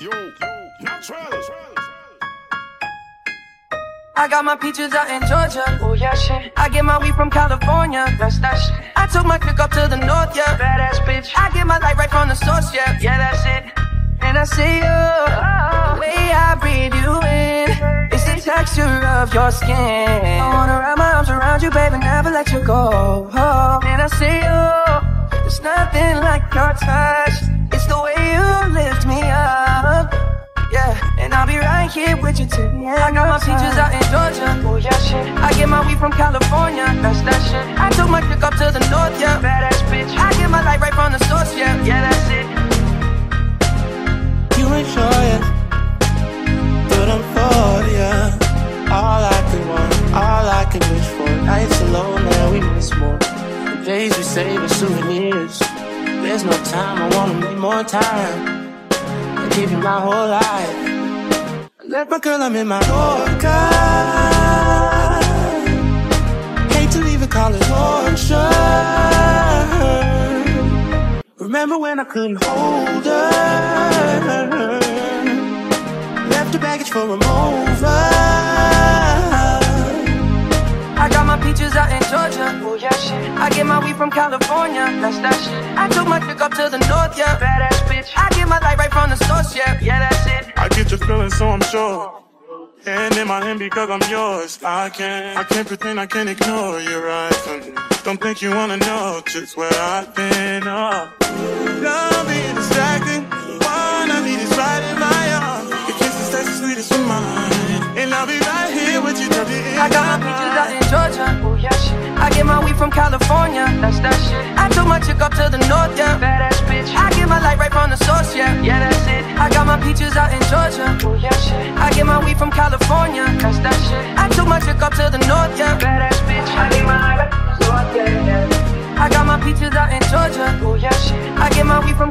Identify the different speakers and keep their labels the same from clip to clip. Speaker 1: Yo, naturales.
Speaker 2: I got my peaches out in Georgia. Oh yeah, shit. I get my weed from California. That's that shit. I took my chick up to the north, yeah. Badass bitch. I get my light right from the source, yeah. Yeah, that's it. And I see you. The way I breathe you in. It's the texture of your skin. I wanna wrap my arms around you, baby, never let you go. Oh. And I see you. There's nothing like your touch. It's the way you lift me up. Yeah, and I'll be right here with you till the end. I got my peaches out in Georgia. Oh yeah, shit. I get my weed from California. That's that shit. I took my pick up to the north, yeah. Badass bitch. I get my light right from the source, yeah. Yeah, that's it.
Speaker 3: You enjoy it, but I'm for ya. All I can want, all I can wish for. Nights alone that we miss more. The days we save as souvenirs. There's no time, I wanna make more time. I give you my whole life. I left my girl, I'm in my Yorker. Hate to leave it, call it torture. Remember when I couldn't hold her? Left her baggage for a mover.
Speaker 2: I got my peaches out in Georgia. Oh yeah, shit. I get my weed from California. That's that shit. I took my chick up to the north, yeah. Badass bitch. I get my light right from the source, yeah. Yeah, that's it.
Speaker 1: I get your feelings, so I'm sure. And in my hand because I'm yours. I can't, I can't pretend I can ignore your eyes. And don't think you wanna know just where I've been. Oh. Love being distracted. Wanna be this right in my arms. Your kisses taste the sweetest in mine. And I'll be right here with you till the end.
Speaker 2: I got my peaches out in Georgia. Oh yeah, shit. I get my weed from California. That's that shit. I took my chick up to the north, yeah. Badass bitch. I get my light right from the source, yeah. Yeah, that's it. I got my peaches out in Georgia. Oh yeah, shit. I get my weed from California. That's that shit. I took my chick up to the north, yeah. Badass bitch. I get my light right from the source, yeah. yeah. I got my peaches out in Georgia. Oh yeah, shit. I get my weed from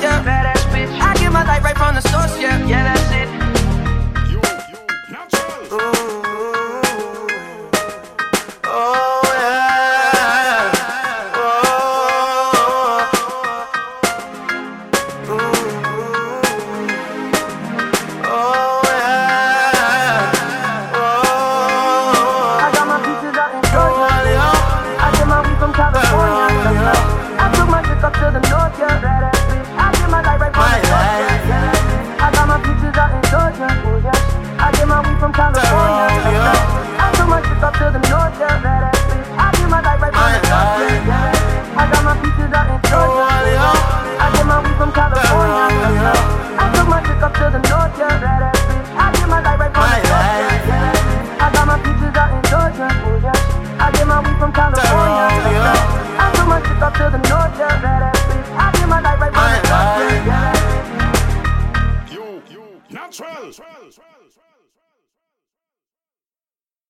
Speaker 2: yeah. Badass bitch. I get my light right from the source, yeah. Yeah, that's it.
Speaker 1: Yo, naturales.
Speaker 3: Oh yeah. Oh. Oh yeah. Oh.
Speaker 2: I got my peaches out in Georgia. I get my weed from California. I took my chick up to the north, yeah. Badass bitch. I get my light right from the source, yeah. Yeah, that's it. I got my peaches out in Georgia. Oh yeah. I get my weed from California. I took my chick up to the north, yeah. Badass bitch. I get my light right from the source, yeah. Yeah, that's it. I got my peaches out in Georgia. oh, I get my weed from California. I took my chick up to the north, yeah. Badass bitch. I get my light right from the source, yeah. Yeah, that's it. I got my peaches out in Georgia. Oh yeah. I get my weed from California. I took my chick up to the north, yeah. Badass bitch. I get my light right from the source, yeah. yeah, that's it.
Speaker 1: Yo, naturales.